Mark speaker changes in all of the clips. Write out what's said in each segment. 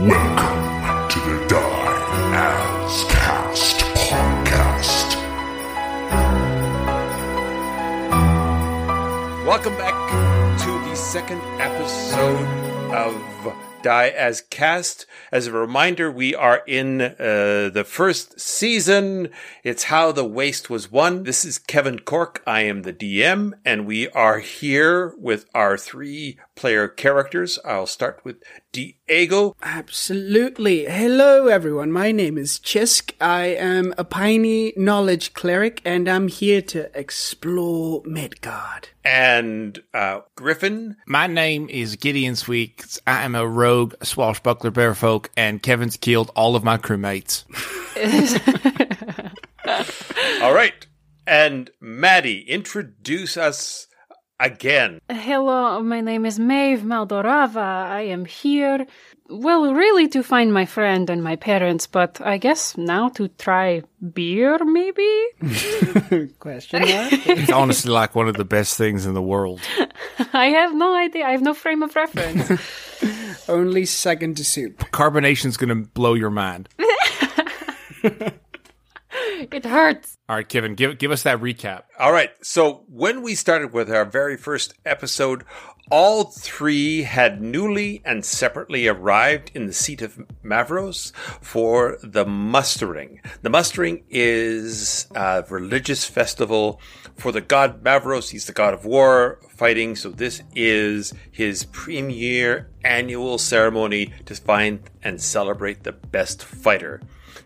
Speaker 1: Welcome to the Die As Cast podcast.
Speaker 2: Welcome back to the second episode of Die as Cast. As a reminder, we are in uh, the first season. It's How the Waste Was Won. This is Kevin Cork. I am the DM, and we are here with our three player characters. I'll start with Diego.
Speaker 3: Absolutely. Hello, everyone. My name is Chisk. I am a piney knowledge cleric, and I'm here to explore Midgard.
Speaker 2: And uh, Griffin
Speaker 4: My name is Gideon Sweets. I am a rogue swashbuckler bear folk, and Kevin's killed all of my crewmates.
Speaker 2: All right. And Maddie, introduce us again.
Speaker 5: Hello, my name is Maeve Maldorava. I am here, well, really to find my friend and my parents, but I guess now to try beer, maybe?
Speaker 3: Question mark?
Speaker 4: It's honestly like one of the best things in the world.
Speaker 5: I have no idea. I have no frame of reference.
Speaker 3: Only second to soup.
Speaker 4: Carbonation's gonna blow your mind.
Speaker 5: it hurts.
Speaker 4: All right, Kevin, give give us that recap.
Speaker 2: All right. So when we started with our very first episode, all three had newly and separately arrived in the seat of Mavros for the mustering. The mustering is a religious festival for the god Mavros. He's the god of war, fighting. So this is his premier annual ceremony to find and celebrate the best fighter.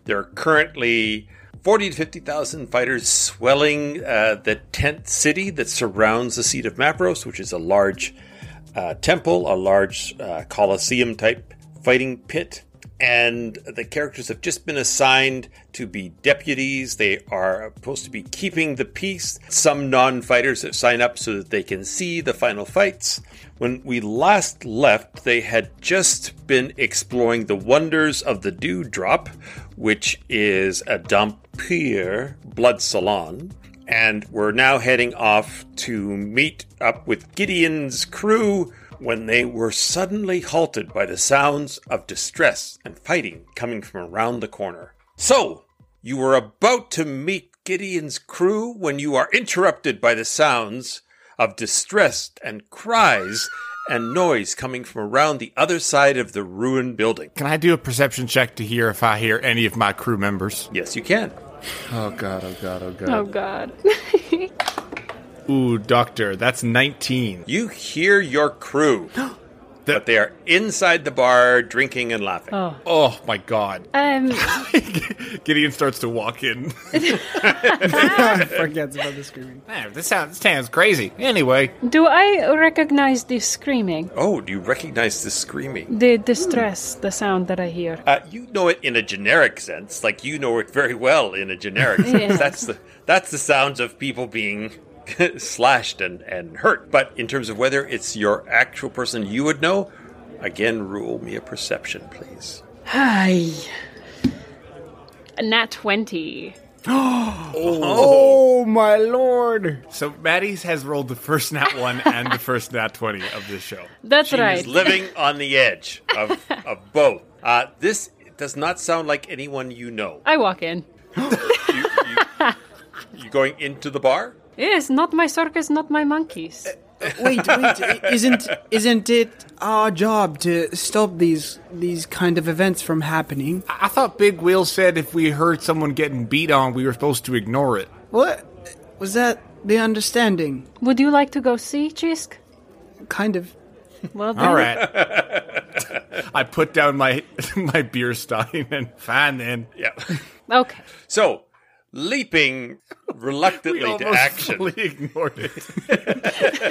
Speaker 2: There are currently 40 to 50,000 fighters swelling uh, the tent city that surrounds the seat of Mavros, which is a large uh, temple, a large uh, coliseum type fighting pit. And the characters have just been assigned to be deputies. They are supposed to be keeping the peace. Some non fighters that sign up so that they can see the final fights. When we last left, they had just been exploring the wonders of the Dew Drop, which is a Dampier blood salon. And we're now heading off to meet up with Gideon's crew when they were suddenly halted by the sounds of distress and fighting coming from around the corner. So, you were about to meet Gideon's crew when you are interrupted by the sounds of distress and cries and noise coming from around the other side of the ruined building.
Speaker 4: Can I do a perception check to hear if I hear any of my crew members?
Speaker 2: Yes, you can.
Speaker 4: Oh god, oh god, oh
Speaker 5: Oh, God.
Speaker 4: Ooh, doctor, that's 19.
Speaker 2: You hear your crew, but they are inside the bar drinking and laughing.
Speaker 4: Oh my god.
Speaker 5: um,
Speaker 4: Gideon starts to walk in.
Speaker 3: Forgets about the screaming.
Speaker 4: Man, this sounds this sounds crazy. Anyway,
Speaker 5: do I recognize this screaming?
Speaker 2: Oh, do you recognize the screaming?
Speaker 5: The distress, the sound that I hear.
Speaker 2: Uh, you know it in a generic sense, like you know it very well in a generic sense.
Speaker 5: Yeah.
Speaker 2: That's the that's the sounds of people being slashed and and hurt. But in terms of whether it's your actual person you would know, again, rule me a perception, please.
Speaker 5: Hi. Nat 20.
Speaker 3: Oh, my lord.
Speaker 4: so Maddie has rolled the first nat 1 and the first nat 20 of this show.
Speaker 5: That's
Speaker 2: She
Speaker 5: right.
Speaker 2: is living on the edge of of both. Uh, this does not sound like anyone you know.
Speaker 5: I walk in.
Speaker 2: You, you, you going into the bar?
Speaker 5: Yes, not my circus, not my monkeys.
Speaker 3: Wait, wait. i- Isn't isn't it our job to stop these these kind of events from happening?
Speaker 4: I thought Big Will said if we heard someone getting beat on, we were supposed to ignore it.
Speaker 3: What was that? The understanding,
Speaker 5: Would you like to go see Chisk?
Speaker 3: kind of.
Speaker 5: Well, then,
Speaker 4: All right. I put down my my beer stein and fine then.
Speaker 2: Yeah.
Speaker 5: Okay.
Speaker 2: So leaping reluctantly to action.
Speaker 4: ignored it.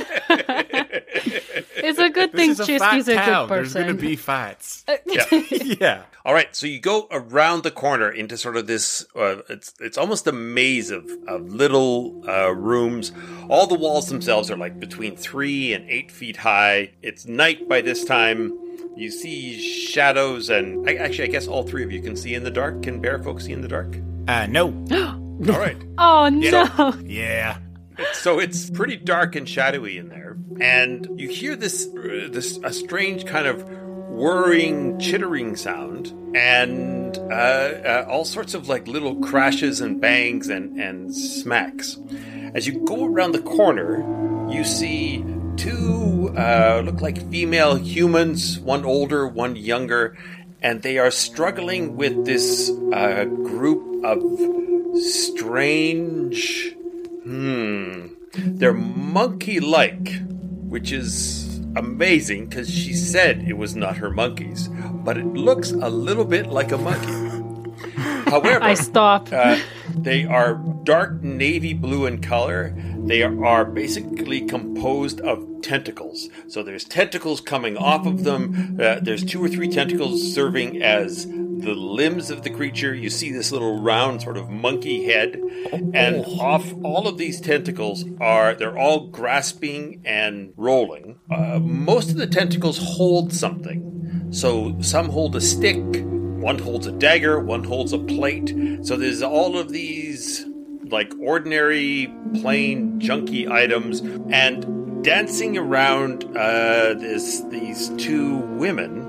Speaker 5: It's a good thing
Speaker 4: This is a fat
Speaker 5: Chisty's a,
Speaker 4: town.
Speaker 5: good
Speaker 4: There's
Speaker 5: person.
Speaker 4: going to be fights.
Speaker 3: Uh,
Speaker 2: Yeah.
Speaker 4: yeah.
Speaker 2: All right, so you go around the corner into sort of this. Uh, it's it's almost a maze of, of little uh, rooms. All the walls themselves are like between three and eight feet high. It's night by this time. You see shadows, and I, actually, I guess all three of you can see in the dark. Can bear folk see in the dark?
Speaker 4: Uh, no.
Speaker 2: All right.
Speaker 5: oh no!
Speaker 4: Yeah.
Speaker 2: So it's pretty dark and shadowy in there, and you hear this uh, this a strange kind of whirring, chittering sound, and uh, uh, all sorts of like little crashes and bangs and and smacks. As you go around the corner, you see two uh, look like female humans, one older, one younger, and they are struggling with this uh, group of strange. Hmm. They're monkey like, which is amazing because she said it was not her monkeys, but it looks a little bit like a monkey. However,
Speaker 5: I stop.
Speaker 2: uh, they are dark navy blue in color. They are basically composed of tentacles. So there's tentacles coming off of them. Uh, there's two or three tentacles serving as the limbs of the creature. You see this little round sort of monkey head, and off all of these tentacles are they're all grasping and rolling. Uh, most of the tentacles hold something. So some hold a stick. One holds a dagger, one holds a plate. So there's all of these like ordinary, plain, junky items, and dancing around uh, this these two women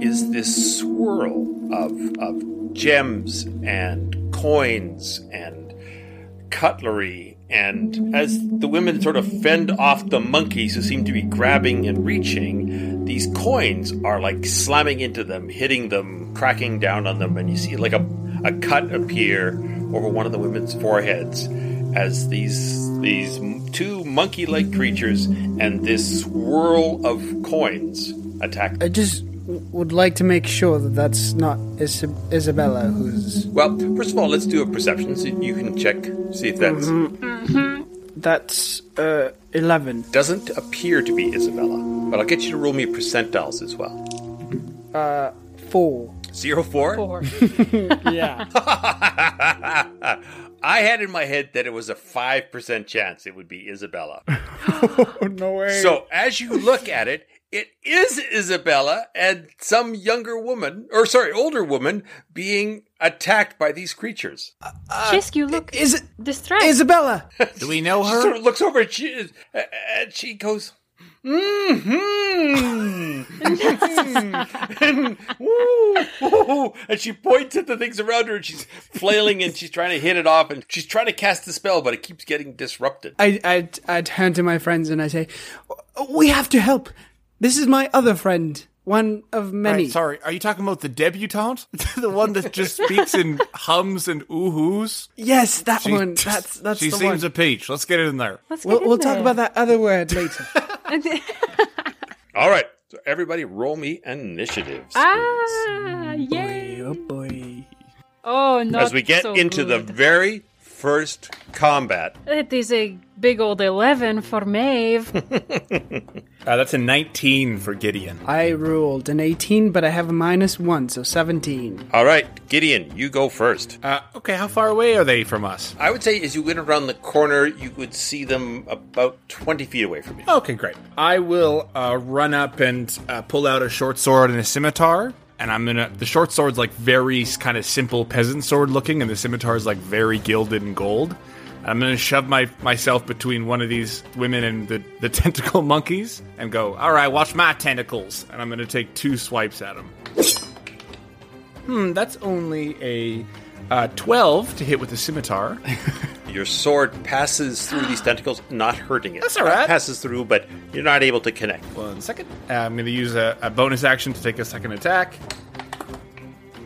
Speaker 2: is this swirl of of gems and coins and cutlery, and as the women sort of fend off the monkeys who seem to be grabbing and reaching, these coins are like slamming into them, hitting them, cracking down on them, and you see like a, a cut appear over one of the women's foreheads as these these m- two monkey-like creatures and this swirl of coins attack.
Speaker 3: I just w- would like to make sure that that's not Is- Isabella who's.
Speaker 2: Well, first of all, let's do a perception so you can check see if that's
Speaker 3: That's uh, 11.
Speaker 2: doesn't appear to be Isabella. But I'll get you to roll me percentiles as well.
Speaker 3: Four.
Speaker 2: Zero four?
Speaker 3: Yeah.
Speaker 2: I had in my head that it was a 5% chance it would be Isabella.
Speaker 3: Oh, no way.
Speaker 2: so as you look at it, it is Isabella and some younger woman, or sorry, older woman, being attacked by these creatures.
Speaker 5: Chisk, you look
Speaker 3: Is it.
Speaker 5: distracted.
Speaker 3: Isabella!
Speaker 4: Do we know
Speaker 2: She sort
Speaker 4: her?
Speaker 2: of looks over and she, and she goes, mm-hmm. and, ooh, ooh, and she points at the things around her and she's flailing and she's trying to hit it off and she's trying to cast the spell, but it keeps getting disrupted.
Speaker 3: I, I, I turn to my friends and I say, We have to help. This is my other friend. One of many.
Speaker 4: Right, sorry, are you talking about the debutante? the one that just speaks in hums and ooh-hoos?
Speaker 3: Yes, that
Speaker 4: She-
Speaker 3: one. That's that's
Speaker 4: She
Speaker 3: the
Speaker 4: seems
Speaker 3: one.
Speaker 4: a peach. Let's get it in there.
Speaker 5: Let's
Speaker 3: we'll
Speaker 5: get in
Speaker 3: we'll talk
Speaker 5: there.
Speaker 3: about that other word later.
Speaker 2: All right. So everybody roll me initiatives.
Speaker 5: ah, yay!
Speaker 3: oh boy.
Speaker 5: Oh, no.
Speaker 2: As we get into the very first combat.
Speaker 5: It is a big old 11 for Maeve.
Speaker 4: Uh, that's a 19 for Gideon.
Speaker 3: I rolled an 18, but I have a minus one, so 17.
Speaker 2: All right, Gideon, you go first.
Speaker 4: Uh, okay, how far away are they from us?
Speaker 2: I would say as you went around the corner, you would see them about 20 feet away from you.
Speaker 4: Okay, great. I will uh, run up and uh, pull out a short sword and a scimitar. And I'm gonna. The short sword's like very kind of simple peasant sword looking, and the scimitar's like very gilded and gold. I'm gonna shove my myself between one of these women and the, the tentacle monkeys and go, all right, watch my tentacles. And I'm gonna take two swipes at them. Hmm, that's only a uh, 12 to hit with the scimitar.
Speaker 2: Your sword passes through these tentacles, not hurting it.
Speaker 4: That's all right.
Speaker 2: It passes through, but you're not able to connect.
Speaker 4: One second. Uh, I'm going to use a, a bonus action to take a second attack.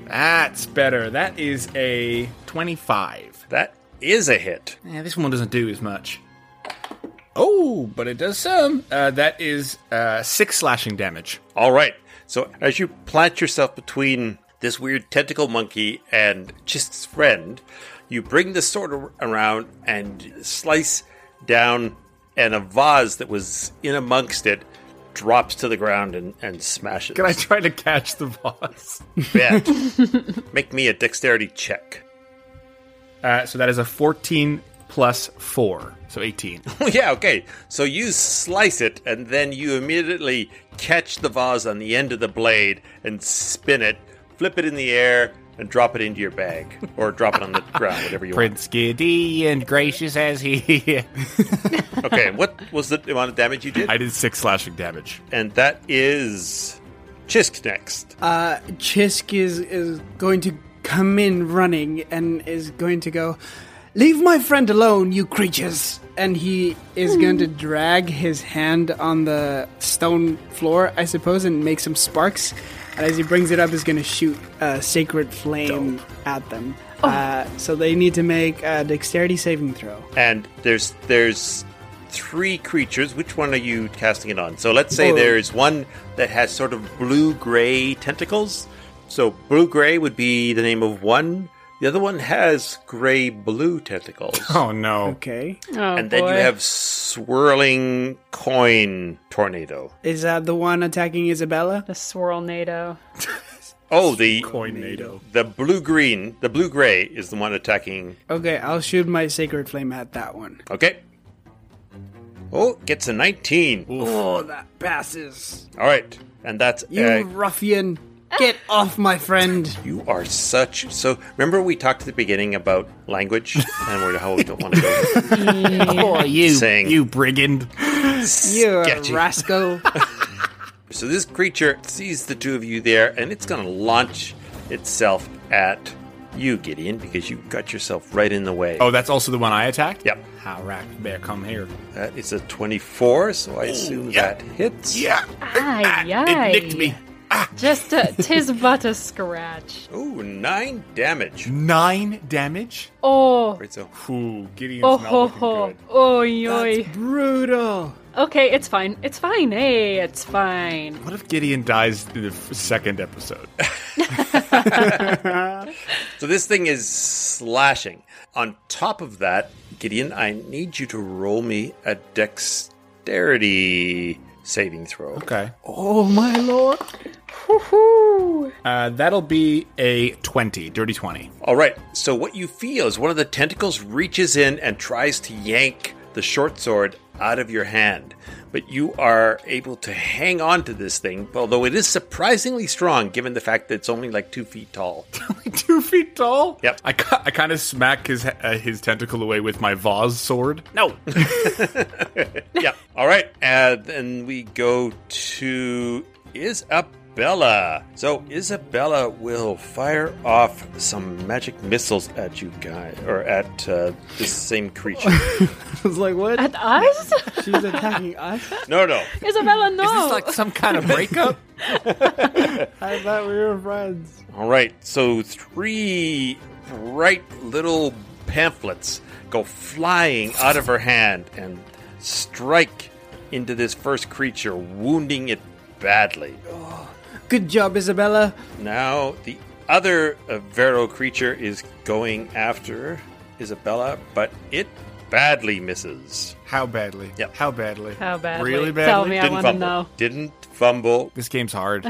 Speaker 4: That's better. That is a 25.
Speaker 2: That is a hit.
Speaker 4: Yeah, this one doesn't do as much. Oh, but it does some. Uh, that is uh, six slashing damage.
Speaker 2: All right. So as you plant yourself between this weird tentacle monkey and Chist's friend, You bring the sword ar- around and slice down, and a vase that was in amongst it drops to the ground and, and smashes.
Speaker 4: Can I try to catch the boss?
Speaker 2: bet? Make me a dexterity check.
Speaker 4: Uh, so that is a 14 plus 4, so 18.
Speaker 2: yeah, okay. So you slice it, and then you immediately catch the vase on the end of the blade and spin it, flip it in the air, and drop it into your bag or drop it on the ground, whatever you want.
Speaker 4: Prince giddy and gracious as he.
Speaker 2: Okay, what was the amount of damage you did?
Speaker 4: I did six slashing damage.
Speaker 2: and that is Chisk next.
Speaker 3: Chisk is is going to come in running and is going to go, "Leave my friend alone, you creatures!" And he is going to drag his hand on the stone floor, I suppose, and make some sparks. And as he brings it up, is going to shoot a sacred flame at them. Uh, so they need to make a dexterity saving throw.
Speaker 2: and there's there's three creatures. Which one are you casting it on? So let's say
Speaker 3: Oh.
Speaker 2: there's one that has sort of blue gray tentacles. So blue gray would be the name of one. The other one has gray blue tentacles.
Speaker 4: Oh no.
Speaker 3: Okay,
Speaker 5: Oh,
Speaker 2: and then
Speaker 5: boy.
Speaker 2: you have swirling coin tornado.
Speaker 3: is that the one attacking Isabella?
Speaker 5: the swirl NATO.
Speaker 2: Oh, the
Speaker 4: Coin NATO.
Speaker 2: the blue green, the blue gray is the one attacking.
Speaker 3: Okay, I'll shoot my sacred flame at that one.
Speaker 2: Okay. Oh, gets a 19.
Speaker 3: Oh, that passes.
Speaker 2: All right. And that's
Speaker 3: You
Speaker 2: uh,
Speaker 3: ruffian! Get off my friend!
Speaker 2: You are such so. Remember, we talked at the beginning about language and where how we don't want to go.
Speaker 4: Oh, you,
Speaker 2: Saying-
Speaker 4: you brigand.
Speaker 3: You
Speaker 2: Sketchy.
Speaker 3: rascal!
Speaker 2: so this creature sees the two of you there, and it's going to launch itself at you, Gideon, because you got yourself right in the way.
Speaker 4: Oh, that's also the one I attacked?
Speaker 2: Yep.
Speaker 4: How rack bear come here.
Speaker 2: that is a twenty-four. So I assume
Speaker 4: Oh, yeah.
Speaker 2: that hits.
Speaker 4: Yeah.
Speaker 5: Aye, aye.
Speaker 4: Ah, It nicked me.
Speaker 5: Just a, tis but a scratch.
Speaker 2: Ooh, Oh, nine damage.
Speaker 4: Nine damage?
Speaker 5: Oh,
Speaker 2: Right, so
Speaker 4: Ooh, Gideon's
Speaker 5: oh
Speaker 4: not
Speaker 5: ho
Speaker 4: looking
Speaker 5: ho,
Speaker 4: good.
Speaker 5: oh yoy.
Speaker 3: Brutal!
Speaker 5: Okay, it's fine. It's fine. Hey, it's fine.
Speaker 4: What if Gideon dies in the f- second episode?
Speaker 2: so this thing is slashing. On top of that, Gideon, I need you to roll me a dexterity saving throw.
Speaker 4: Okay.
Speaker 3: Oh my lord!
Speaker 5: Woohoo!
Speaker 4: Uh, that'll be a 20, dirty 20.
Speaker 2: All right. So what you feel is one of the tentacles reaches in and tries to yank the short sword out of your hand, but you are able to hang on to this thing, although it is surprisingly strong given the fact that it's only like two feet tall.
Speaker 4: Two feet tall?
Speaker 2: Yep.
Speaker 4: I, ki- I kind of smack his uh, his tentacle away with my Vaz sword. No.
Speaker 2: yeah. All right. And then we go to Isabella. So Isabella will fire off some magic missiles at you guys, or at uh, this same creature.
Speaker 3: I was like, what?
Speaker 5: At us?
Speaker 3: She's attacking us?
Speaker 2: no, no.
Speaker 5: Isabella, no.
Speaker 4: some kind of breakup?
Speaker 3: I thought we were friends.
Speaker 2: All right, so three bright little pamphlets go flying out of her hand and strike into this first creature, wounding it badly.
Speaker 3: Good job, Isabella.
Speaker 2: Now, the other uh, Vero creature is going after Isabella, but it badly misses.
Speaker 4: How badly?
Speaker 2: Yep.
Speaker 4: How badly?
Speaker 5: How badly?
Speaker 4: Really badly?
Speaker 5: Tell me, I want to
Speaker 2: fumble.
Speaker 5: know.
Speaker 2: Didn't fumble.
Speaker 4: This game's hard.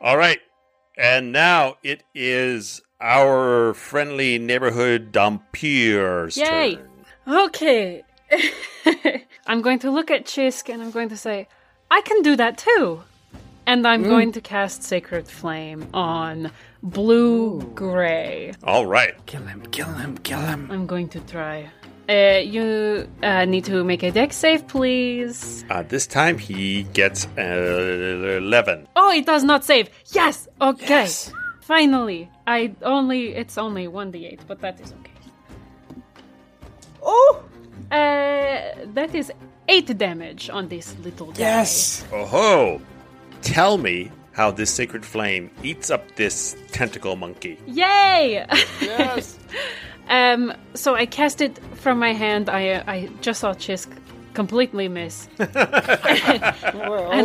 Speaker 2: All right. And now it is our friendly neighborhood Dampier's
Speaker 5: Yay.
Speaker 2: turn.
Speaker 5: Okay. I'm going to look at Chisk and I'm going to say, I can do that too. And I'm going to cast Sacred Flame on blue gray.
Speaker 2: All right.
Speaker 3: Kill him, kill him, kill him.
Speaker 5: I'm going to try. Uh, you uh, need to make a deck save, please.
Speaker 2: Uh, this time he gets uh, 11.
Speaker 5: Oh, it does not save. Yes. Okay. Finally, I only it's only one d8, but that is okay.
Speaker 3: Oh!
Speaker 5: Uh, that is eight damage on this little guy.
Speaker 3: Yes!
Speaker 2: Oh ho! Tell me how this sacred flame eats up this tentacle monkey.
Speaker 5: Yay! Yes. um, so I cast it from my hand. I I uh, just saw Chisk completely miss. and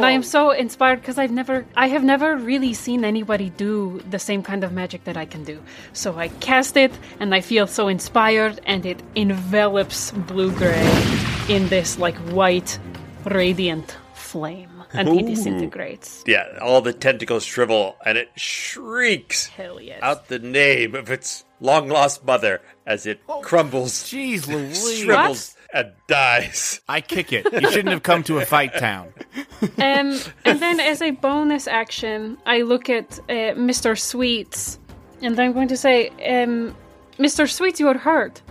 Speaker 5: I am so inspired because I've never, I have never really seen anybody do the same kind of magic that I can do. So I cast it, and I feel so inspired, and it envelops blue gray in this like white, radiant flame, and it disintegrates.
Speaker 2: Yeah, all the tentacles shrivel and it shrieks
Speaker 5: Hell yes!
Speaker 2: out the name of its long lost mother as it crumbles,
Speaker 6: Jeez Louise.
Speaker 2: shrivels, and dies.
Speaker 6: I kick it. You shouldn't have come to a fight town.
Speaker 5: Um, and then, as a bonus action, I look at uh, Mr. Sweets, and I'm going to say, um, "Mr. Sweets, you are hurt,"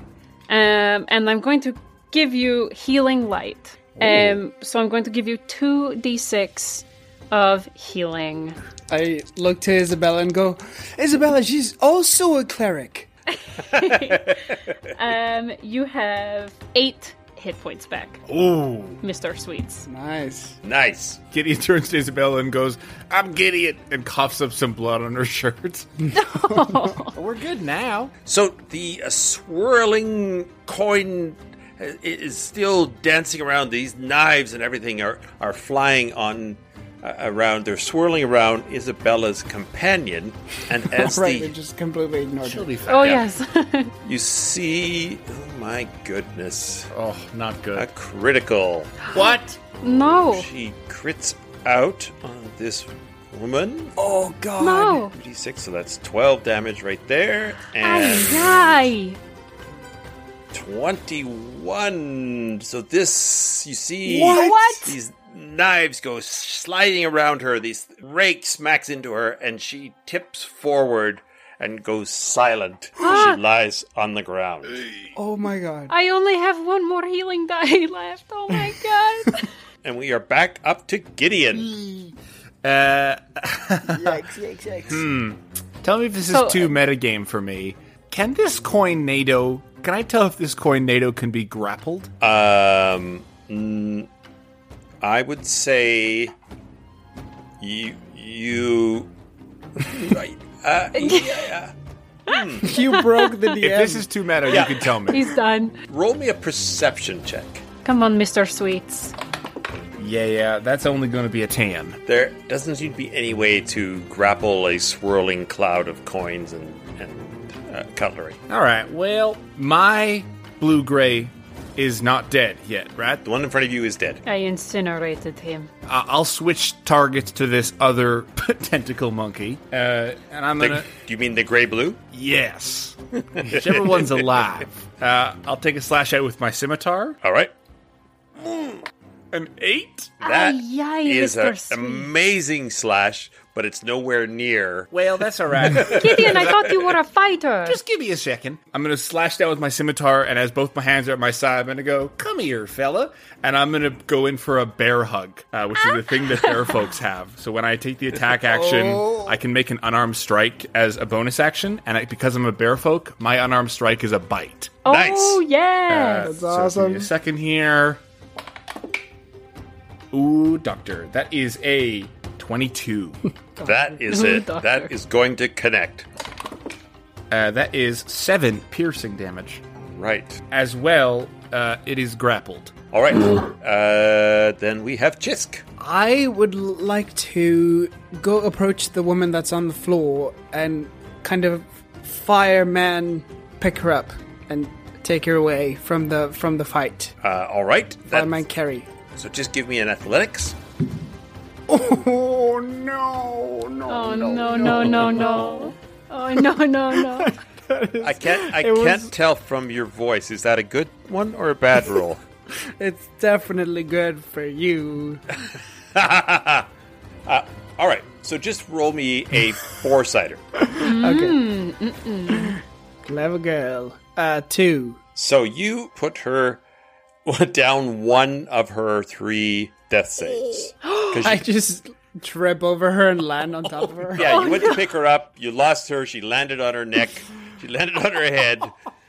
Speaker 5: um, and I'm going to give you healing light. Um, so I'm going to give you two d6 of healing.
Speaker 3: I look to Isabella and go, Isabella, she's also a cleric.
Speaker 5: Um, you have eight hit points back,
Speaker 4: Ooh.
Speaker 5: Mr. Sweets.
Speaker 3: Nice.
Speaker 2: Nice.
Speaker 4: Gideon turns to Isabella and goes, I'm Gideon, and coughs up some blood on her shirt.
Speaker 6: We're good now.
Speaker 2: So the uh, swirling coin uh, i- is still dancing around. These knives and everything are, are flying on uh, around. They're swirling around Isabella's companion, and as
Speaker 3: Right,
Speaker 2: the
Speaker 3: we just completely ignored it.
Speaker 5: Oh yes.
Speaker 2: you see, oh my goodness,
Speaker 4: Oh, not
Speaker 2: a
Speaker 4: good.
Speaker 2: critical.
Speaker 4: What?
Speaker 3: Oh.
Speaker 5: no.
Speaker 2: She crits out on this woman.
Speaker 3: Oh, God.
Speaker 5: No.
Speaker 2: D6, so that's 12 damage right there, and
Speaker 5: Aye, aye.
Speaker 2: 21. So this, you see,
Speaker 3: What? What?
Speaker 2: These knives go sliding around her. These rake smacks into her, and she tips forward and goes silent.
Speaker 3: Ah.
Speaker 2: she lies on the ground.
Speaker 3: Oh, my God.
Speaker 5: I only have one more healing die left. Oh my god.
Speaker 2: And we are back up to Gideon.
Speaker 4: Uh, Hmm.
Speaker 3: Yikes, yikes, yikes.
Speaker 4: tell me if this
Speaker 5: So-
Speaker 4: is too metagame for me. Can this coin NATO, can I tell if this coin NATO can be grappled?
Speaker 3: Hmm.
Speaker 2: Um, mm, I would say you you. right. Uh, yeah.
Speaker 3: You broke the DM.
Speaker 4: If this is too meta, you can tell me.
Speaker 5: He's done.
Speaker 2: Roll me a perception check.
Speaker 5: Come on, Mr. Sweets.
Speaker 4: Yeah, yeah, that's only going to be a tan.
Speaker 2: There doesn't seem to be any way to grapple a swirling cloud of coins and, and uh, cutlery.
Speaker 4: All right, well, my blue gray is not dead yet, right?
Speaker 2: The one in front of you is dead.
Speaker 5: I incinerated him.
Speaker 4: I- I'll switch targets to this other tentacle monkey. Uh, and I'm
Speaker 2: The-
Speaker 4: going to.
Speaker 2: do you mean the gray blue?
Speaker 4: Yes. Whichever one's alive. Uh, I'll take a slash out with my scimitar.
Speaker 2: All right.
Speaker 4: An eight?
Speaker 2: That is
Speaker 5: Ay-yi,
Speaker 2: an
Speaker 5: Mr. Sweet.
Speaker 2: amazing slash, but it's nowhere near.
Speaker 4: Well, that's all right.
Speaker 5: Gideon, I thought you were a fighter.
Speaker 4: Just give me a second. I'm going to slash down with my scimitar, and as both my hands are at my side, I'm going to go, come here, fella. And I'm going to go in for a bear hug, uh, which is the thing that bear folks have. So when I take the attack action, I can make an unarmed strike as a bonus action. And I, because I'm a bear folk, my unarmed strike is a bite.
Speaker 5: oh
Speaker 2: Nice.
Speaker 5: yes.
Speaker 4: That's awesome. a second here. Ooh, doctor, that is a twenty-two.
Speaker 2: That is it.
Speaker 5: Doctor.
Speaker 2: That is going to connect.
Speaker 4: uh, that is seven piercing damage.
Speaker 2: Right.
Speaker 4: As well, uh, it is grappled.
Speaker 2: All right. Uh, then we have Chisk.
Speaker 3: I would l- like to go approach the woman that's on the floor and kind of fireman pick her up and take her away from the from the fight.
Speaker 2: Uh, all right. That,
Speaker 3: Fireman carry.
Speaker 2: so just give me an athletics.
Speaker 3: Oh no, no.
Speaker 5: Oh no no no no. Oh no no no.
Speaker 2: I can't. I
Speaker 3: It was-
Speaker 2: can't tell from your voice. Is that a good one or a bad roll?
Speaker 3: It's definitely good for you.
Speaker 2: All right. So just roll me a four sider.
Speaker 3: Clever girl. Uh two.
Speaker 2: So you put her down one of her three death saves. 'Cause
Speaker 3: I
Speaker 2: you,
Speaker 3: just trip over her and land on top of her.
Speaker 2: yeah, you went to pick her up. You lost her. She landed on her neck. She landed on her head,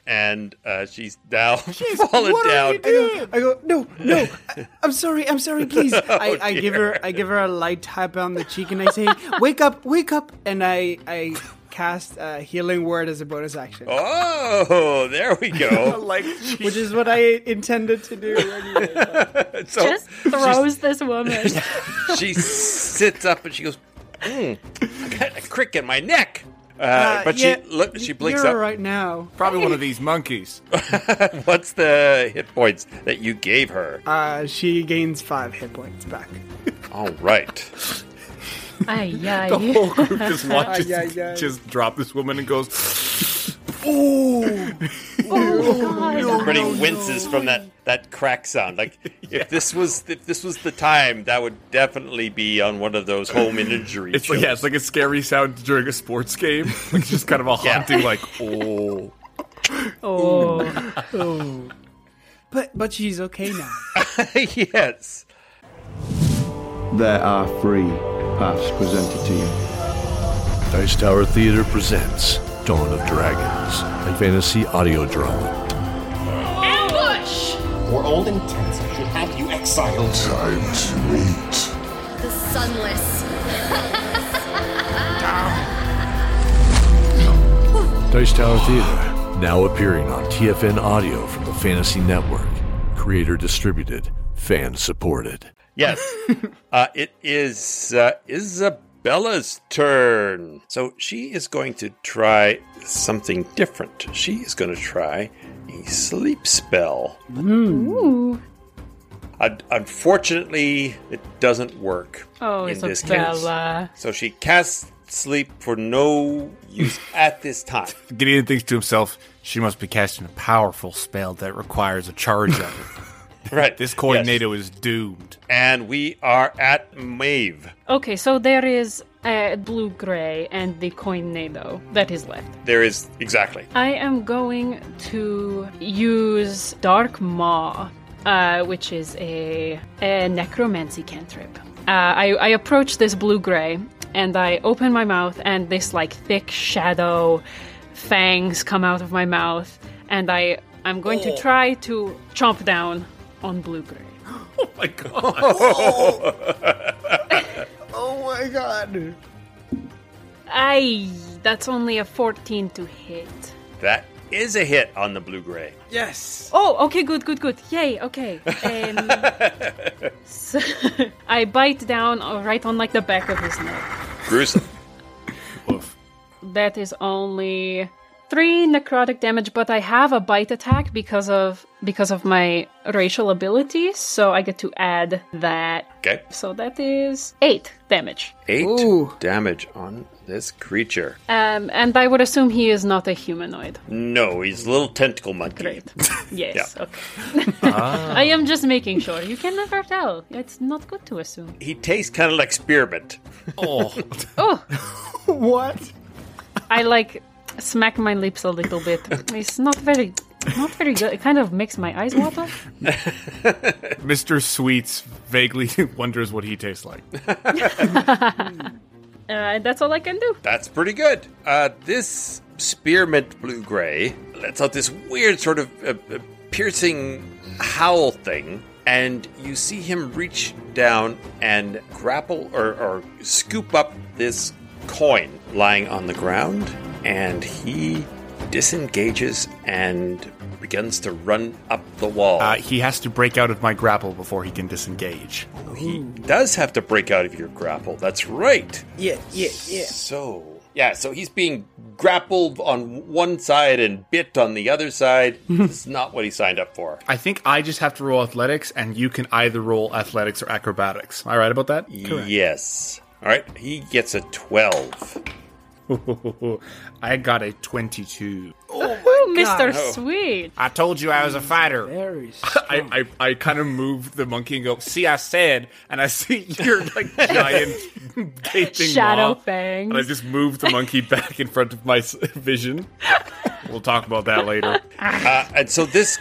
Speaker 2: and uh, she's now fallen down.
Speaker 3: I go, no, no, I, am sorry, I'm sorry, please.
Speaker 2: Oh,
Speaker 3: I, I give her, I give her a light tap on the cheek, and I say, wake up, wake up, and I, I cast uh, Healing Word as a bonus action,
Speaker 2: Oh, there we go.
Speaker 4: like
Speaker 3: which is what I intended to do. anyway.
Speaker 2: So
Speaker 5: Just throws this woman.
Speaker 2: she sits up and she goes, "Mm, I got a crick in my neck. Uh,
Speaker 3: Uh,
Speaker 2: but
Speaker 3: yeah,
Speaker 2: she look, she
Speaker 3: you-
Speaker 2: blinks
Speaker 3: you're
Speaker 2: up.
Speaker 3: all right now.
Speaker 4: probably one of these monkeys.
Speaker 2: What's the hit points that you gave her?
Speaker 3: Uh, she gains five hit points back.
Speaker 2: All right.
Speaker 5: Ay, ay.
Speaker 4: The whole Oh, group just watches,
Speaker 3: Ay, ay, ay.
Speaker 4: just drop this woman and goes.
Speaker 5: Oh, God.
Speaker 2: Everybody
Speaker 4: Oh,
Speaker 2: winces from that, that crack sound. Like if this was if this was the time, that would definitely be on one of those home injury.
Speaker 4: It's like yeah, it's like a scary sound during a sports game. Like it's just kind of a
Speaker 2: Yeah.
Speaker 4: haunting, like oh.
Speaker 5: Oh.
Speaker 3: But but she's okay now.
Speaker 2: shows. yes.
Speaker 7: There are three paths presented to you.
Speaker 8: Dice Tower Theater presents Dawn of Dragons, a fantasy audio drama.
Speaker 9: For all intents, I should have you exiled.
Speaker 1: Time to eat.
Speaker 10: The sunless.
Speaker 8: Dice Tower Theater, now appearing on TFN Audio from the Fantasy Network. Creator distributed, fan supported.
Speaker 2: Yes. uh, it is uh, Isabella's turn. So she is going to try something different. She is going to try a sleep spell.
Speaker 4: Hmm.
Speaker 5: Ooh.
Speaker 2: Un- unfortunately, it doesn't work
Speaker 5: Oh,
Speaker 2: in this case.
Speaker 5: Isabella.
Speaker 2: So she casts sleep for no use at this time.
Speaker 4: Gideon thinks to himself, she must be casting a powerful spell that requires a charge of it.
Speaker 2: Right.
Speaker 4: This
Speaker 2: Yes.
Speaker 4: coordinator is doomed.
Speaker 2: And we are at Maeve.
Speaker 5: Okay, so there is uh, blue gray and the coin nado that is left.
Speaker 2: There is exactly.
Speaker 5: I am going to use Dark Maw, uh, which is a, a necromancy cantrip. Uh, I, I approach this blue gray and I open my mouth, and this like thick shadow fangs come out of my mouth, and I I'm going
Speaker 3: Oh.
Speaker 5: to try to chomp down on blue gray.
Speaker 4: My God.
Speaker 3: oh my god!
Speaker 5: Aye, that's only a 14 to hit.
Speaker 2: That is a hit on the blue gray.
Speaker 3: Yes.
Speaker 5: Oh, okay, good, good, good. Yay, okay. Um, so- I bite down uh, right on like the back of his neck.
Speaker 2: Gruesome.
Speaker 5: That is only three necrotic damage, but I have a bite attack because of because of my racial ability, so I get to add that.
Speaker 2: Okay.
Speaker 5: So that is eight damage.
Speaker 2: Eight
Speaker 3: Ooh.
Speaker 2: damage on this creature.
Speaker 5: Um, and I would assume he is not a humanoid.
Speaker 2: No, he's a little tentacle monkey.
Speaker 5: Great. Yes. Okay. I am just making sure. You can never tell. It's not good to assume.
Speaker 2: He tastes kind of like spearmint.
Speaker 4: Oh.
Speaker 5: Oh,
Speaker 3: What?
Speaker 5: I like smack my lips a little bit. It's not very, not very good. It kind of makes my eyes water.
Speaker 4: Mr. Sweets vaguely wonders what he tastes like.
Speaker 5: Uh, that's all I can do.
Speaker 2: That's pretty good. Uh, this spearmint blue gray lets out this weird sort of uh, uh, piercing howl thing, and you see him reach down and grapple or, or scoop up this coin lying on the ground, and he disengages and begins to run up the wall.
Speaker 4: Uh, he has to break out of my grapple before he can disengage.
Speaker 2: He does have to break out of your grapple. That's right.
Speaker 3: Yeah, yeah, yeah.
Speaker 2: So, yeah, so he's being grappled on one side and bit on the other side. this is not what he signed up for.
Speaker 4: I think I just have to roll athletics, and you can either roll athletics or acrobatics. Am I right about that?
Speaker 2: Yes. All right, he gets a 12.
Speaker 4: I got a 22.
Speaker 5: Oh, Mr. Sweet.
Speaker 6: I told you I was a fighter.
Speaker 3: Very.
Speaker 5: Hmm.
Speaker 4: I, I, I kind of move the monkey and go, see, I said, and I see your like giant gaping
Speaker 5: Shadow
Speaker 4: maw.
Speaker 5: fangs.
Speaker 4: And I just move the monkey back in front of my s- vision. We'll talk about that later.
Speaker 2: Uh, and so this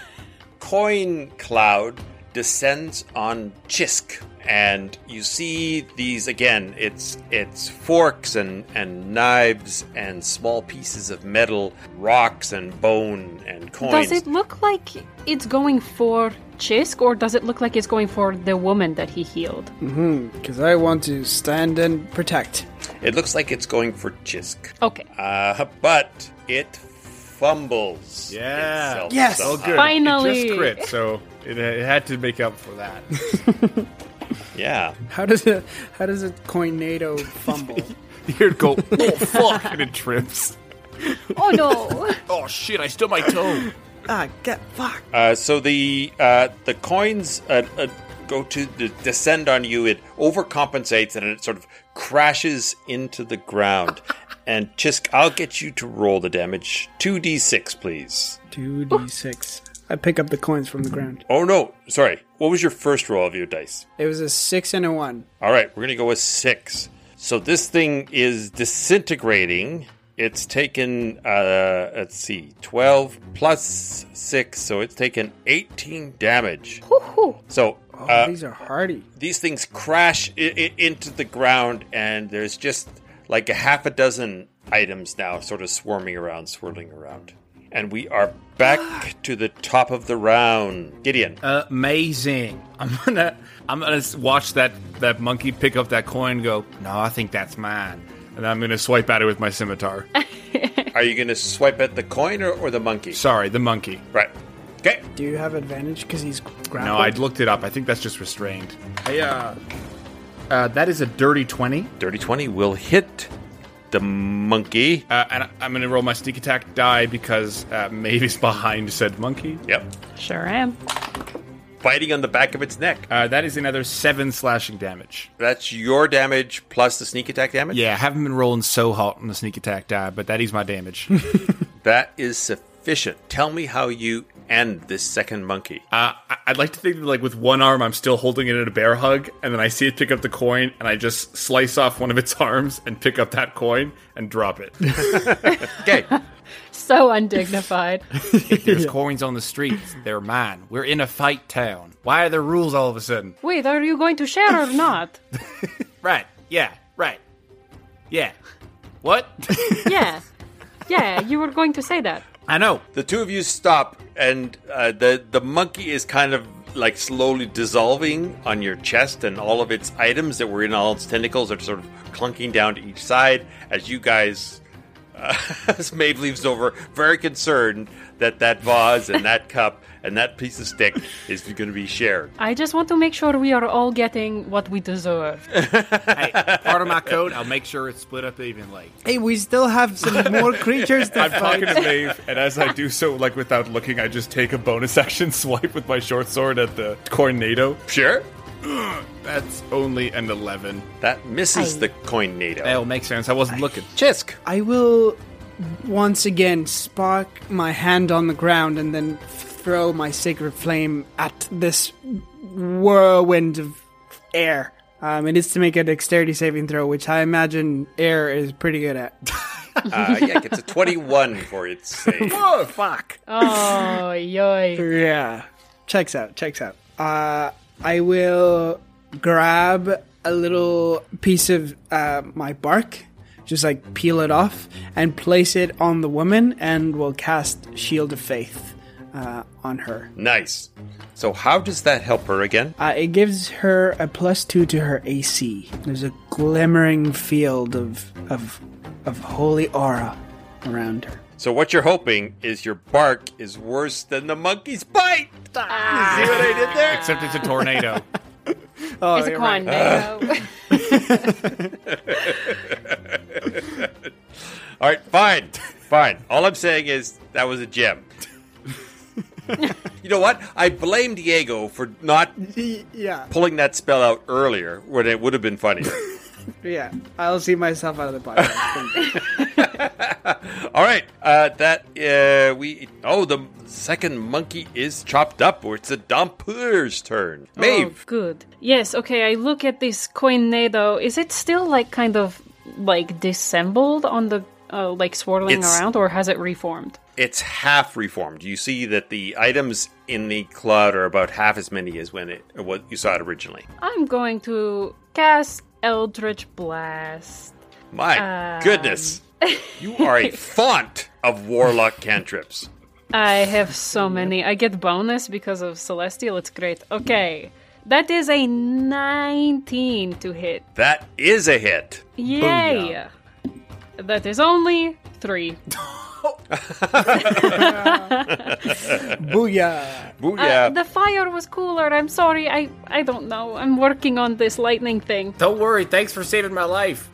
Speaker 2: coin cloud descends on Chisk. And you see these again, it's it's forks and, and knives and small pieces of metal, rocks and bone and coins.
Speaker 5: Does it look like it's going for Chisk, or does it look like it's going for the woman that he healed?
Speaker 3: Mm-hmm. Because I want to stand and protect.
Speaker 2: It looks like it's going for Chisk.
Speaker 5: Okay.
Speaker 2: Uh, but it fumbles.
Speaker 4: Yeah.
Speaker 2: itself
Speaker 3: Yes.
Speaker 2: somehow.
Speaker 4: Oh, good. It
Speaker 5: Finally.
Speaker 4: just crit, so it, it had to make up for that.
Speaker 2: Yeah.
Speaker 3: How does it? How does a coinado fumble?
Speaker 4: You heard go, oh fuck, and it trips.
Speaker 5: Oh no!
Speaker 4: Oh shit, I stub my toe.
Speaker 3: ah, get fuck.
Speaker 2: Uh, so the uh, the coins uh, uh, go to the descend on you. It overcompensates and it sort of crashes into the ground. and Chisk, I'll get you to roll the damage. Two d six, please.
Speaker 3: Two d six. I pick up the coins from the ground.
Speaker 2: Oh no, sorry. What was your first roll of your dice?
Speaker 3: It was a six and a one.
Speaker 2: All right, we're gonna go with six. So this thing is disintegrating. It's taken, uh, let's see, 12 plus 6, so it's taken 18 damage. So
Speaker 3: Oh,
Speaker 2: uh,
Speaker 3: these are hardy.
Speaker 2: these things crash I- I- into the ground, and there's just like a half a dozen items now sort of swarming around, swirling around. And we are back to the top of the round. Gideon.
Speaker 4: Amazing. I'm gonna I'm gonna s- watch that that monkey pick up that coin. and Go. No, I think that's mine. And I'm gonna swipe at it with my scimitar.
Speaker 2: Are you going to swipe at the coin or, or the monkey?
Speaker 4: Sorry, the monkey.
Speaker 2: Right. Okay.
Speaker 3: Do you have advantage because he's grappled?
Speaker 4: No, I looked it up. I think that's just restrained. Hey, uh, uh, that is a dirty twenty.
Speaker 2: Dirty 20 will hit the monkey.
Speaker 4: Uh, and I- I'm gonna roll my sneak attack die because uh, Mavis behind said monkey.
Speaker 2: Yep.
Speaker 5: Sure am.
Speaker 2: Biting on the back of its neck.
Speaker 4: Uh, that is another seven slashing damage.
Speaker 2: That's your damage plus the sneak attack damage.
Speaker 4: Yeah, I haven't been rolling so hot on the sneak attack die, but that is my damage.
Speaker 2: That is sufficient. Tell me how you end this second monkey.
Speaker 4: Uh, I- I'd like to think that, like, with one arm, I'm still holding it in a bear hug, and then I see it pick up the coin, and I just slice off one of its arms and pick up that coin and drop it.
Speaker 2: Okay.
Speaker 5: So undignified.
Speaker 4: There's coins on the streets. They're mine. We're in a fight town. Why are there rules all of a sudden?
Speaker 5: Wait, are you going to share or not?
Speaker 4: Right. Yeah. Right. Yeah. What?
Speaker 5: Yeah. Yeah, you were going to say that.
Speaker 4: I know.
Speaker 2: the two of you stop, and uh, the the monkey is kind of like slowly dissolving on your chest, and all of its items that were in all its tentacles are sort of clunking down to each side as you guys. Uh, as Maeve leaves over, very concerned that that vase and that cup and that piece of stick is going to be shared.
Speaker 5: I just want to make sure we are all getting what we deserve.
Speaker 4: Hey, part of my code, I'll make sure it's split up evenly.
Speaker 3: Hey, we still have some more creatures to
Speaker 4: I'm
Speaker 3: fight.
Speaker 4: talking to Maeve, and as I do so, like without looking, I just take a bonus action swipe with my short sword at the cornado.
Speaker 2: Sure,
Speaker 4: That's only an 11.
Speaker 2: that misses the coin NATO.
Speaker 4: will make sense. I wasn't looking.
Speaker 2: Chisk,
Speaker 3: I will once again spark my hand on the ground and then throw my sacred flame at this whirlwind of air. Um, it is to make a dexterity saving throw, which I imagine air is pretty good at.
Speaker 2: uh, yeah, gets a twenty-one for its save.
Speaker 3: oh, fuck.
Speaker 5: Oh, yoy.
Speaker 3: Yeah. Checks out, checks out. Uh, I will grab a little piece of uh, my bark, just like peel it off, and place it on the woman, and will cast Shield of Faith uh, on her.
Speaker 2: Nice. So, how does that help her again?
Speaker 3: Uh, it gives her a plus two to her AC. There's a glimmering field of, of, of holy aura around her.
Speaker 2: So what you're hoping is your bark is worse than the monkey's bite. See what I did there?
Speaker 4: Except it's a tornado.
Speaker 5: it's a coin, Nado.
Speaker 2: All right, fine, fine. All I'm saying is that was a gem. you know what? I blame Diego for not
Speaker 3: Yeah,
Speaker 2: pulling that spell out earlier when it would have been funnier.
Speaker 3: yeah. I'll see myself out of the podcast.
Speaker 2: All right, uh, that uh, we oh the second monkey is chopped up, or it's the Dompeur's turn.
Speaker 5: Oh,
Speaker 2: Maeve,
Speaker 5: good. Yes, okay, I look at this coin Nado. Is it still, like, kind of, like, dissembled on the, uh, like, swirling
Speaker 2: It's-
Speaker 5: around, or has it reformed?
Speaker 2: it's half reformed. You see that the items in the cloud are about half as many as when it what you saw it originally.
Speaker 5: I'm going to cast Eldritch Blast. Um.
Speaker 2: My goodness. You are a font of warlock cantrips.
Speaker 5: I have so many. I get bonus because of Celestial. It's great. Okay. That is a 19 to hit.
Speaker 2: That is a hit.
Speaker 5: Yay! That is only three.
Speaker 3: Booyah!
Speaker 5: Uh, the fire was cooler. I'm sorry. I I don't know. I'm working on this lightning thing.
Speaker 6: Don't worry. Thanks for saving my life.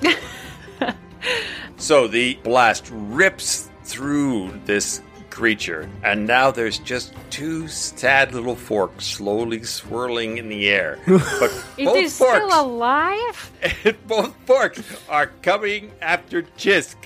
Speaker 2: So the blast rips through this creature, and now there's just two sad little forks slowly swirling in the air. But
Speaker 5: It is
Speaker 2: both forks,
Speaker 5: still alive?
Speaker 2: both forks are coming after Chisk.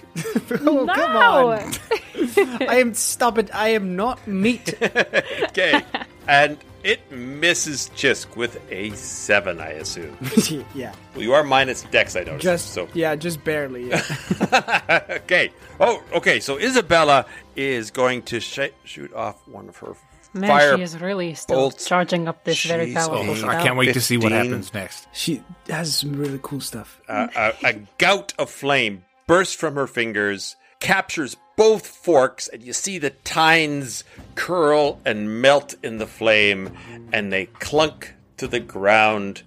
Speaker 3: Oh, come
Speaker 5: No.
Speaker 3: on! I am stop it. I am not meat.
Speaker 2: Okay, and it misses Chisk with a seven, I assume.
Speaker 3: yeah,
Speaker 2: Well, you are minus Dex, I noticed.
Speaker 3: just
Speaker 2: so
Speaker 3: yeah, just barely. Yeah.
Speaker 2: okay. Oh, okay. So Isabella is going to sh- shoot off one of her
Speaker 5: Man,
Speaker 2: fire.
Speaker 5: she is really still
Speaker 2: bolts. oh,
Speaker 5: charging up this very
Speaker 2: She's
Speaker 5: powerful
Speaker 2: a-
Speaker 5: spell.
Speaker 4: I can't wait to see what
Speaker 2: 15.
Speaker 4: happens next.
Speaker 3: she has some really cool stuff.
Speaker 2: a, uh, a, a gout of flame bursts from her fingers, captures both forks, and you see the tines curl and melt in the flame, and they clunk to the ground.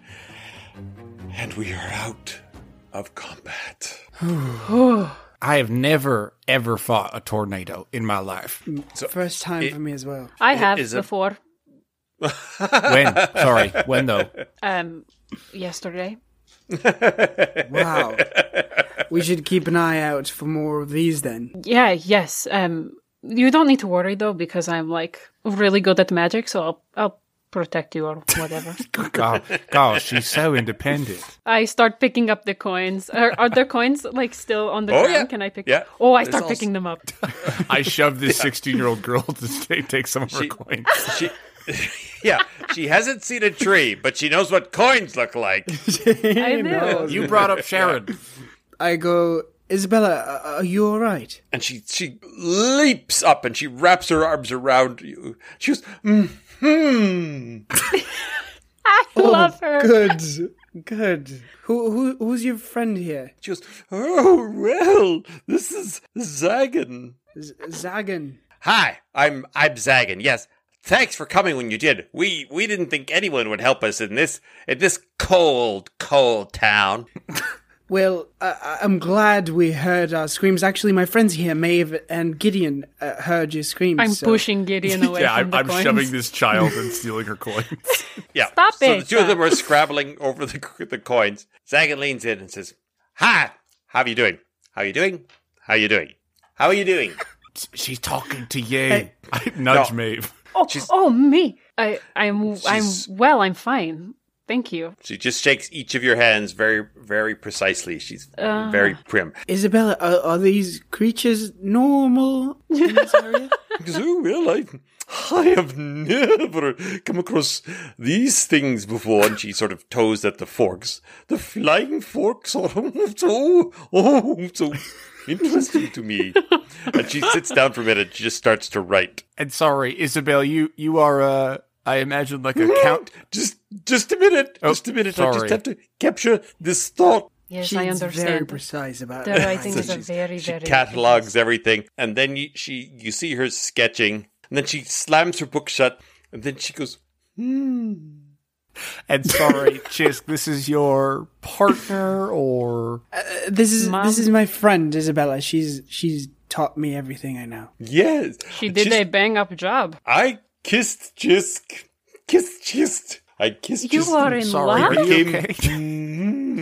Speaker 2: And we are out of combat.
Speaker 4: I have never ever fought a tornado in my life.
Speaker 3: First time
Speaker 2: it-
Speaker 3: for me as well.
Speaker 5: I have
Speaker 2: is a-
Speaker 5: before.
Speaker 4: When? Sorry, when though?
Speaker 5: Um, yesterday.
Speaker 3: Wow. we should keep an eye out for more of these then.
Speaker 5: Yeah. Yes. Um, you don't need to worry though because I'm like really good at magic, so I'll I'll protect you or whatever.
Speaker 4: God, God, she's so independent.
Speaker 5: I start picking up the coins. Are, are there coins like still on the
Speaker 2: Oh,
Speaker 5: ground?
Speaker 2: yeah.
Speaker 5: Can I pick?
Speaker 2: Yeah.
Speaker 5: Oh, I
Speaker 2: There's
Speaker 5: start
Speaker 2: all-
Speaker 5: picking them up.
Speaker 4: I shoved this 16 year old girl to stay, take some of her coins.
Speaker 2: She, yeah, she hasn't seen a tree, but she knows what coins look like.
Speaker 5: I know.
Speaker 4: You brought up Sharon.
Speaker 3: I go, Isabella, a- are you all right?
Speaker 2: and she she leaps up and she wraps her arms around you. She goes, "Mm," "Hmm."
Speaker 5: I love her.
Speaker 3: Oh, Good, good. Who, who, who's your friend here?
Speaker 2: She goes, "Oh well, this is Zagan."
Speaker 3: Z- Zagan.
Speaker 2: Hi, I'm I'm Zagan. Yes, thanks for coming when you did. We we didn't think anyone would help us in this in this cold cold town.
Speaker 3: Well, I- I- I'm glad we heard our screams. Actually, my friends here, Maeve and Gideon, uh, heard your screams.
Speaker 5: I'm
Speaker 3: so-
Speaker 5: pushing Gideon away
Speaker 4: Yeah,
Speaker 5: from
Speaker 4: I'm,
Speaker 5: the
Speaker 4: I'm
Speaker 5: coins.
Speaker 4: shoving this child and stealing her coins.
Speaker 2: Yeah.
Speaker 5: Stop
Speaker 2: so
Speaker 5: it,
Speaker 2: the two of them
Speaker 5: Zach.
Speaker 2: are scrabbling over the the coins. Zagan leans in and says, "Hi, how are you doing? How are you doing? How are you doing? How are you doing?"
Speaker 4: She's talking to you. I nudge
Speaker 2: No.
Speaker 4: Maeve.
Speaker 5: Oh,
Speaker 2: She's-
Speaker 5: oh me. I, I'm,
Speaker 2: She's-
Speaker 5: I'm well. I'm fine. Thank you.
Speaker 2: She just shakes each of your hands very, very precisely. She's very prim.
Speaker 3: Isabella, are, are these creatures normal in this area?
Speaker 2: Because, oh, well, I, I have never come across these things before. And she sort of toes at the forks. The flying forks are so, oh, so interesting to me. And she sits down for a minute. She just starts to write.
Speaker 4: And sorry, Isabel, you you are, uh, I imagine, like a count.
Speaker 2: Just, just a minute.
Speaker 4: Oh,
Speaker 2: just a minute. I
Speaker 4: sorry.
Speaker 2: just have to capture this thought.
Speaker 5: Yes,
Speaker 3: She's
Speaker 5: I
Speaker 3: very
Speaker 5: understand.
Speaker 3: precise about
Speaker 5: The
Speaker 3: it.
Speaker 5: writing is a
Speaker 2: she's-
Speaker 5: very,
Speaker 2: she
Speaker 5: very
Speaker 2: catalogs everything and then you, she you see her sketching and then she slams her book shut and then she goes
Speaker 4: And sorry, Chisk, this is your partner or.
Speaker 3: This is
Speaker 5: Mom?
Speaker 3: this is my friend Isabella. She's she's taught me everything I know.
Speaker 2: yes
Speaker 5: She did
Speaker 2: Just-
Speaker 5: a bang up job.
Speaker 2: i kissed jisk kissed jisk i kissed
Speaker 5: You
Speaker 2: Jisk.
Speaker 5: are in
Speaker 4: Sorry,
Speaker 5: love.
Speaker 4: are you
Speaker 2: Became-
Speaker 4: okay?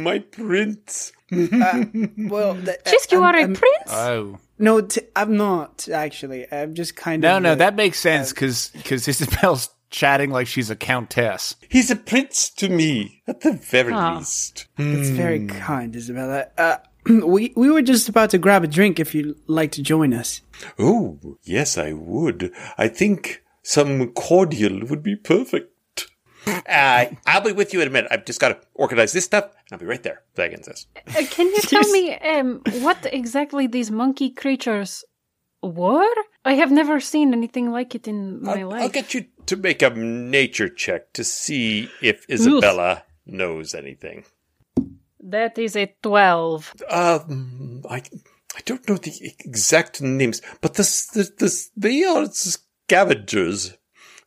Speaker 2: Mm, my prince
Speaker 3: Well, th-
Speaker 5: Just you
Speaker 3: I'm-
Speaker 5: are a
Speaker 3: I'm-
Speaker 5: prince.
Speaker 4: Oh.
Speaker 3: um, No, t- I'm not actually. I'm just kind
Speaker 4: No,
Speaker 3: of
Speaker 4: no,
Speaker 3: uh,
Speaker 4: that makes sense because Isabel's chatting like she's a countess.
Speaker 2: he's a prince to me at the very
Speaker 5: Aw.
Speaker 2: least
Speaker 3: That's
Speaker 4: Hmm.
Speaker 3: very kind, Isabella. Uh, we we were just about to grab a drink if you'd like to join us.
Speaker 2: oh yes i would i think some cordial would be perfect uh, I'll be with you in a minute. I've just got to organize this stuff, and I'll be right there. Zagan says.
Speaker 5: Uh, can you tell me um, what exactly these monkey creatures were? I have never seen anything like it in my
Speaker 2: I'll,
Speaker 5: life.
Speaker 2: I'll get you to make a nature check to see if Isabella knows anything.
Speaker 5: That is a 12.
Speaker 2: Um, I I don't know the exact names, but this, this, this they are s- scavengers.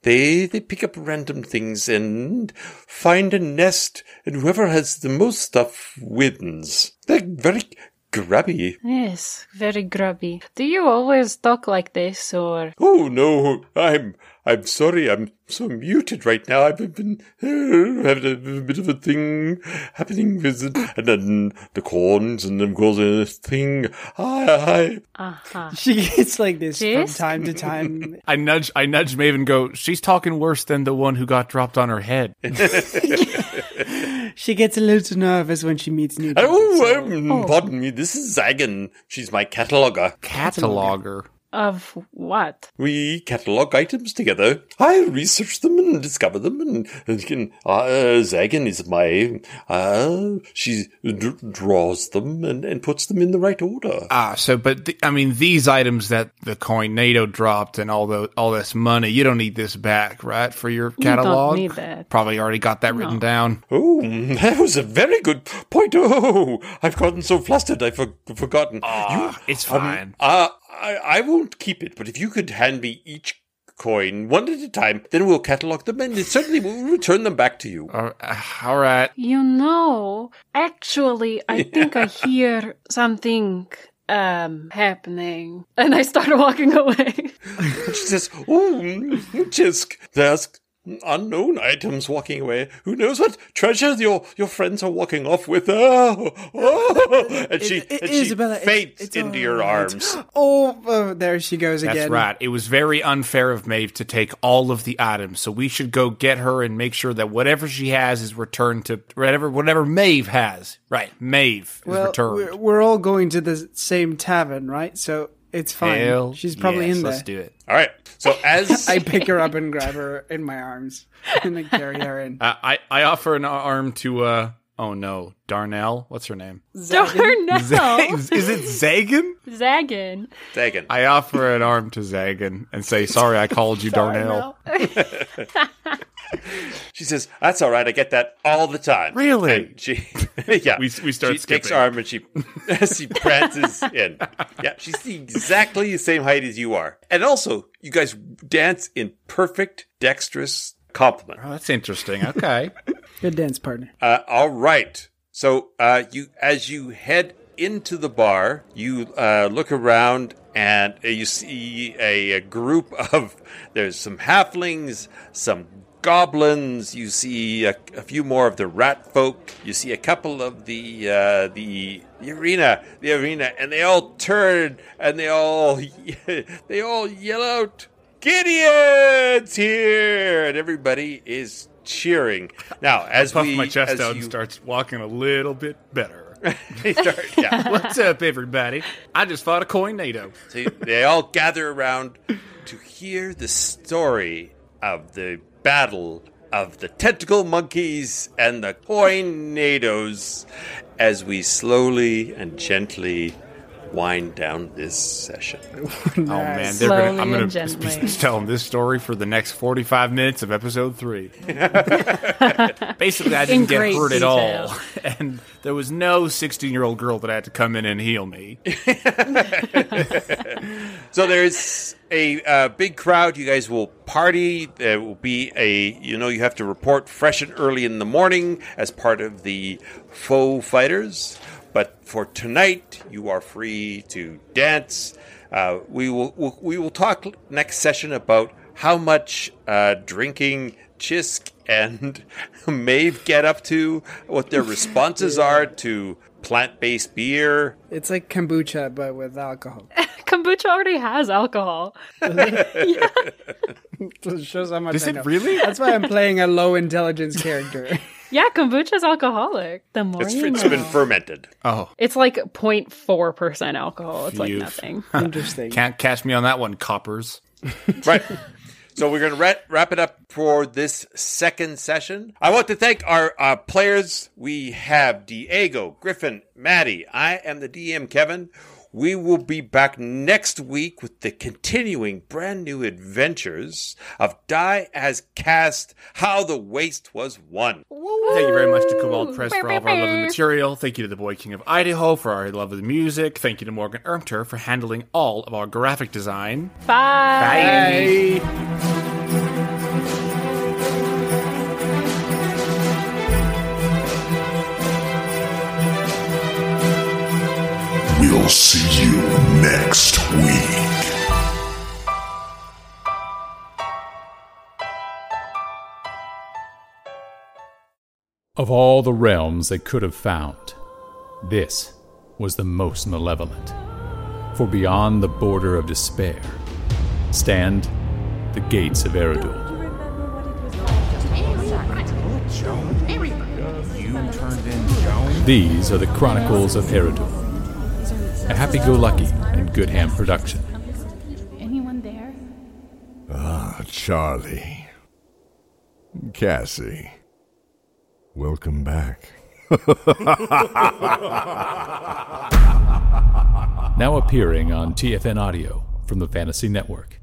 Speaker 2: They they pick up random things and find a nest, and whoever has the most stuff wins. They're very grubby.
Speaker 5: Yes, very grubby. Do you always talk like this, or
Speaker 2: Oh no, I'm I'm sorry, I'm so muted right now. I've been uh, having a bit of a thing happening with the, and then the corns and of course the thing. I, I
Speaker 5: aha?
Speaker 3: She gets like this from
Speaker 5: Yes?
Speaker 3: time to time.
Speaker 4: I nudge I nudge Maeve and go, she's talking worse than the one who got dropped on her head.
Speaker 3: she gets a little nervous when she meets new people.
Speaker 2: oh, um, pardon me. This is Zagan. She's my cataloger.
Speaker 4: Cataloger.
Speaker 5: Of what?
Speaker 2: We catalog items together. I research them and discover them, and, and can, uh, Zagan is my. Uh, she d- draws them and, and puts them in the right order.
Speaker 4: Ah, so but th- I mean these items that the coin NATO dropped and all the all this money, you don't need this back, right? For your catalog.
Speaker 5: need that.
Speaker 4: Probably already got that written down.
Speaker 2: Oh, that was a very good point. Oh, I've gotten so flustered, I've for- forgotten.
Speaker 4: Ah, it's
Speaker 2: Um,
Speaker 4: fine.
Speaker 2: uh, I, I won't keep it, but if you could hand me each coin one at a time, then we'll catalog them and certainly we'll return them back to you.
Speaker 4: All- uh, all right.
Speaker 5: You know, actually, I think I hear something um happening, and I start walking away.
Speaker 2: And she says, Oh, mm, Jisk, there's unknown items walking away. Who knows what treasures your, your friends are walking off with? Oh, oh. And she,
Speaker 3: I- I-
Speaker 2: and she
Speaker 3: Isabella, it's-
Speaker 2: faints
Speaker 3: it's
Speaker 2: into
Speaker 3: all
Speaker 2: your
Speaker 3: right.
Speaker 2: arms.
Speaker 3: Oh, oh, there she goes
Speaker 4: That's
Speaker 3: again.
Speaker 4: right. It was very unfair of Maeve to take all of the items, so we should go get her and make sure that whatever she has is returned to whatever whatever Maeve has. Right, Maeve is
Speaker 3: Well,
Speaker 4: returned.
Speaker 3: we're, we're all going to the same tavern, right? So it's fine.
Speaker 4: Hell
Speaker 3: She's probably
Speaker 4: yes,
Speaker 3: in there.
Speaker 4: Let's do it.
Speaker 2: All right. So as
Speaker 3: I pick her up and grab her in my arms and I carry her in.
Speaker 4: Uh, I I offer an arm to uh oh no Darnell. What's her name?
Speaker 5: Darn no,
Speaker 4: Is it Zagan?
Speaker 5: Zagan.
Speaker 2: Dagon.
Speaker 4: I offer an arm to Zagan and say, "Sorry, I called you Darnell."
Speaker 2: She says, "That's all right. I get that all the time."
Speaker 4: Really?
Speaker 2: And she, yeah.
Speaker 4: We- we start
Speaker 2: She takes
Speaker 4: skipping.
Speaker 2: her arm and she she prances in. Yeah, she's the- exactly the same height as you are, and also you guys dance in perfect dexterous compliment.
Speaker 4: Oh, that's interesting. Okay.
Speaker 3: Good dance partner.
Speaker 2: Uh, all right. So uh, you, as you head into the bar, you uh, look around and uh, you see a, a group of. There's some halflings, some goblins. You see a, a few more of the rat folk. You see a couple of the uh, the the arena, the arena, and they all turn and they all they all yell out. Gideon's here, and everybody is cheering. Now, as
Speaker 4: Puff
Speaker 2: we
Speaker 4: my chest
Speaker 2: as
Speaker 4: out and
Speaker 2: you-
Speaker 4: starts walking a little bit better.
Speaker 2: start- yeah.
Speaker 4: What's up, everybody? I just fought a coin NATO.
Speaker 2: So you- they all gather around to hear the story of the battle of the tentacle monkeys and the coinados as we slowly and gently wind down this session.
Speaker 4: Oh man,
Speaker 5: Slowly
Speaker 4: they're gonna, I'm
Speaker 5: and
Speaker 4: going to
Speaker 5: gently.
Speaker 4: be telling this story for the next 45 minutes of episode three. Basically, I
Speaker 5: In
Speaker 4: didn't get
Speaker 5: great
Speaker 4: hurt at
Speaker 5: detail.
Speaker 4: all, and there was no 16 year old girl that had to come in and heal me.
Speaker 2: So there's a uh, big crowd. You guys will party. There will be a, you know, you have to report fresh and early in the morning as part of the faux fighters. But for tonight, you are free to dance. Uh, we will we'll, we will talk next session about how much uh, drinking Chisk and Maeve get up to, what their responses are to plant-based beer.
Speaker 3: It's like kombucha, but with alcohol.
Speaker 5: Kombucha already has alcohol.
Speaker 3: It shows how much
Speaker 4: Is
Speaker 3: I
Speaker 4: it
Speaker 3: know.
Speaker 4: really?
Speaker 3: That's why I'm playing a low intelligence character.
Speaker 5: Yeah, kombucha's alcoholic. The more
Speaker 2: It's,
Speaker 5: you
Speaker 2: it's
Speaker 5: know.
Speaker 2: been fermented.
Speaker 4: Oh,
Speaker 5: It's like 0.4% alcohol. It's like
Speaker 4: Phew.
Speaker 5: nothing.
Speaker 3: Interesting.
Speaker 4: can't catch me on that one, coppers.
Speaker 2: Right. So we're going to wrap, wrap it up for this second session. I want to thank our uh, players. We have Diego, Griffin, Maddie. I am the DM, Kevin. We will be back next week with the continuing brand new adventures of Die as Cast How the Waste Was Won.
Speaker 4: Thank you very much to Cobalt Press for all of our lovely material. Thank you to the Boy King of Idaho for our love of the music. Thank you to Morgan Ermter for handling all of our graphic design.
Speaker 5: Bye.
Speaker 4: Bye.
Speaker 1: We'll see you next week.
Speaker 11: Of all the realms they could have found, this was the most malevolent. For beyond the border of despair stand the gates of Eridul.
Speaker 12: You turned in Joan?
Speaker 11: These are the Chronicles of Eridul, a happy go lucky and good ham production.
Speaker 13: Anyone there?
Speaker 8: Ah, Charlie. Cassie. Welcome back.
Speaker 11: Now appearing on TFN Audio from the Fantasy Network.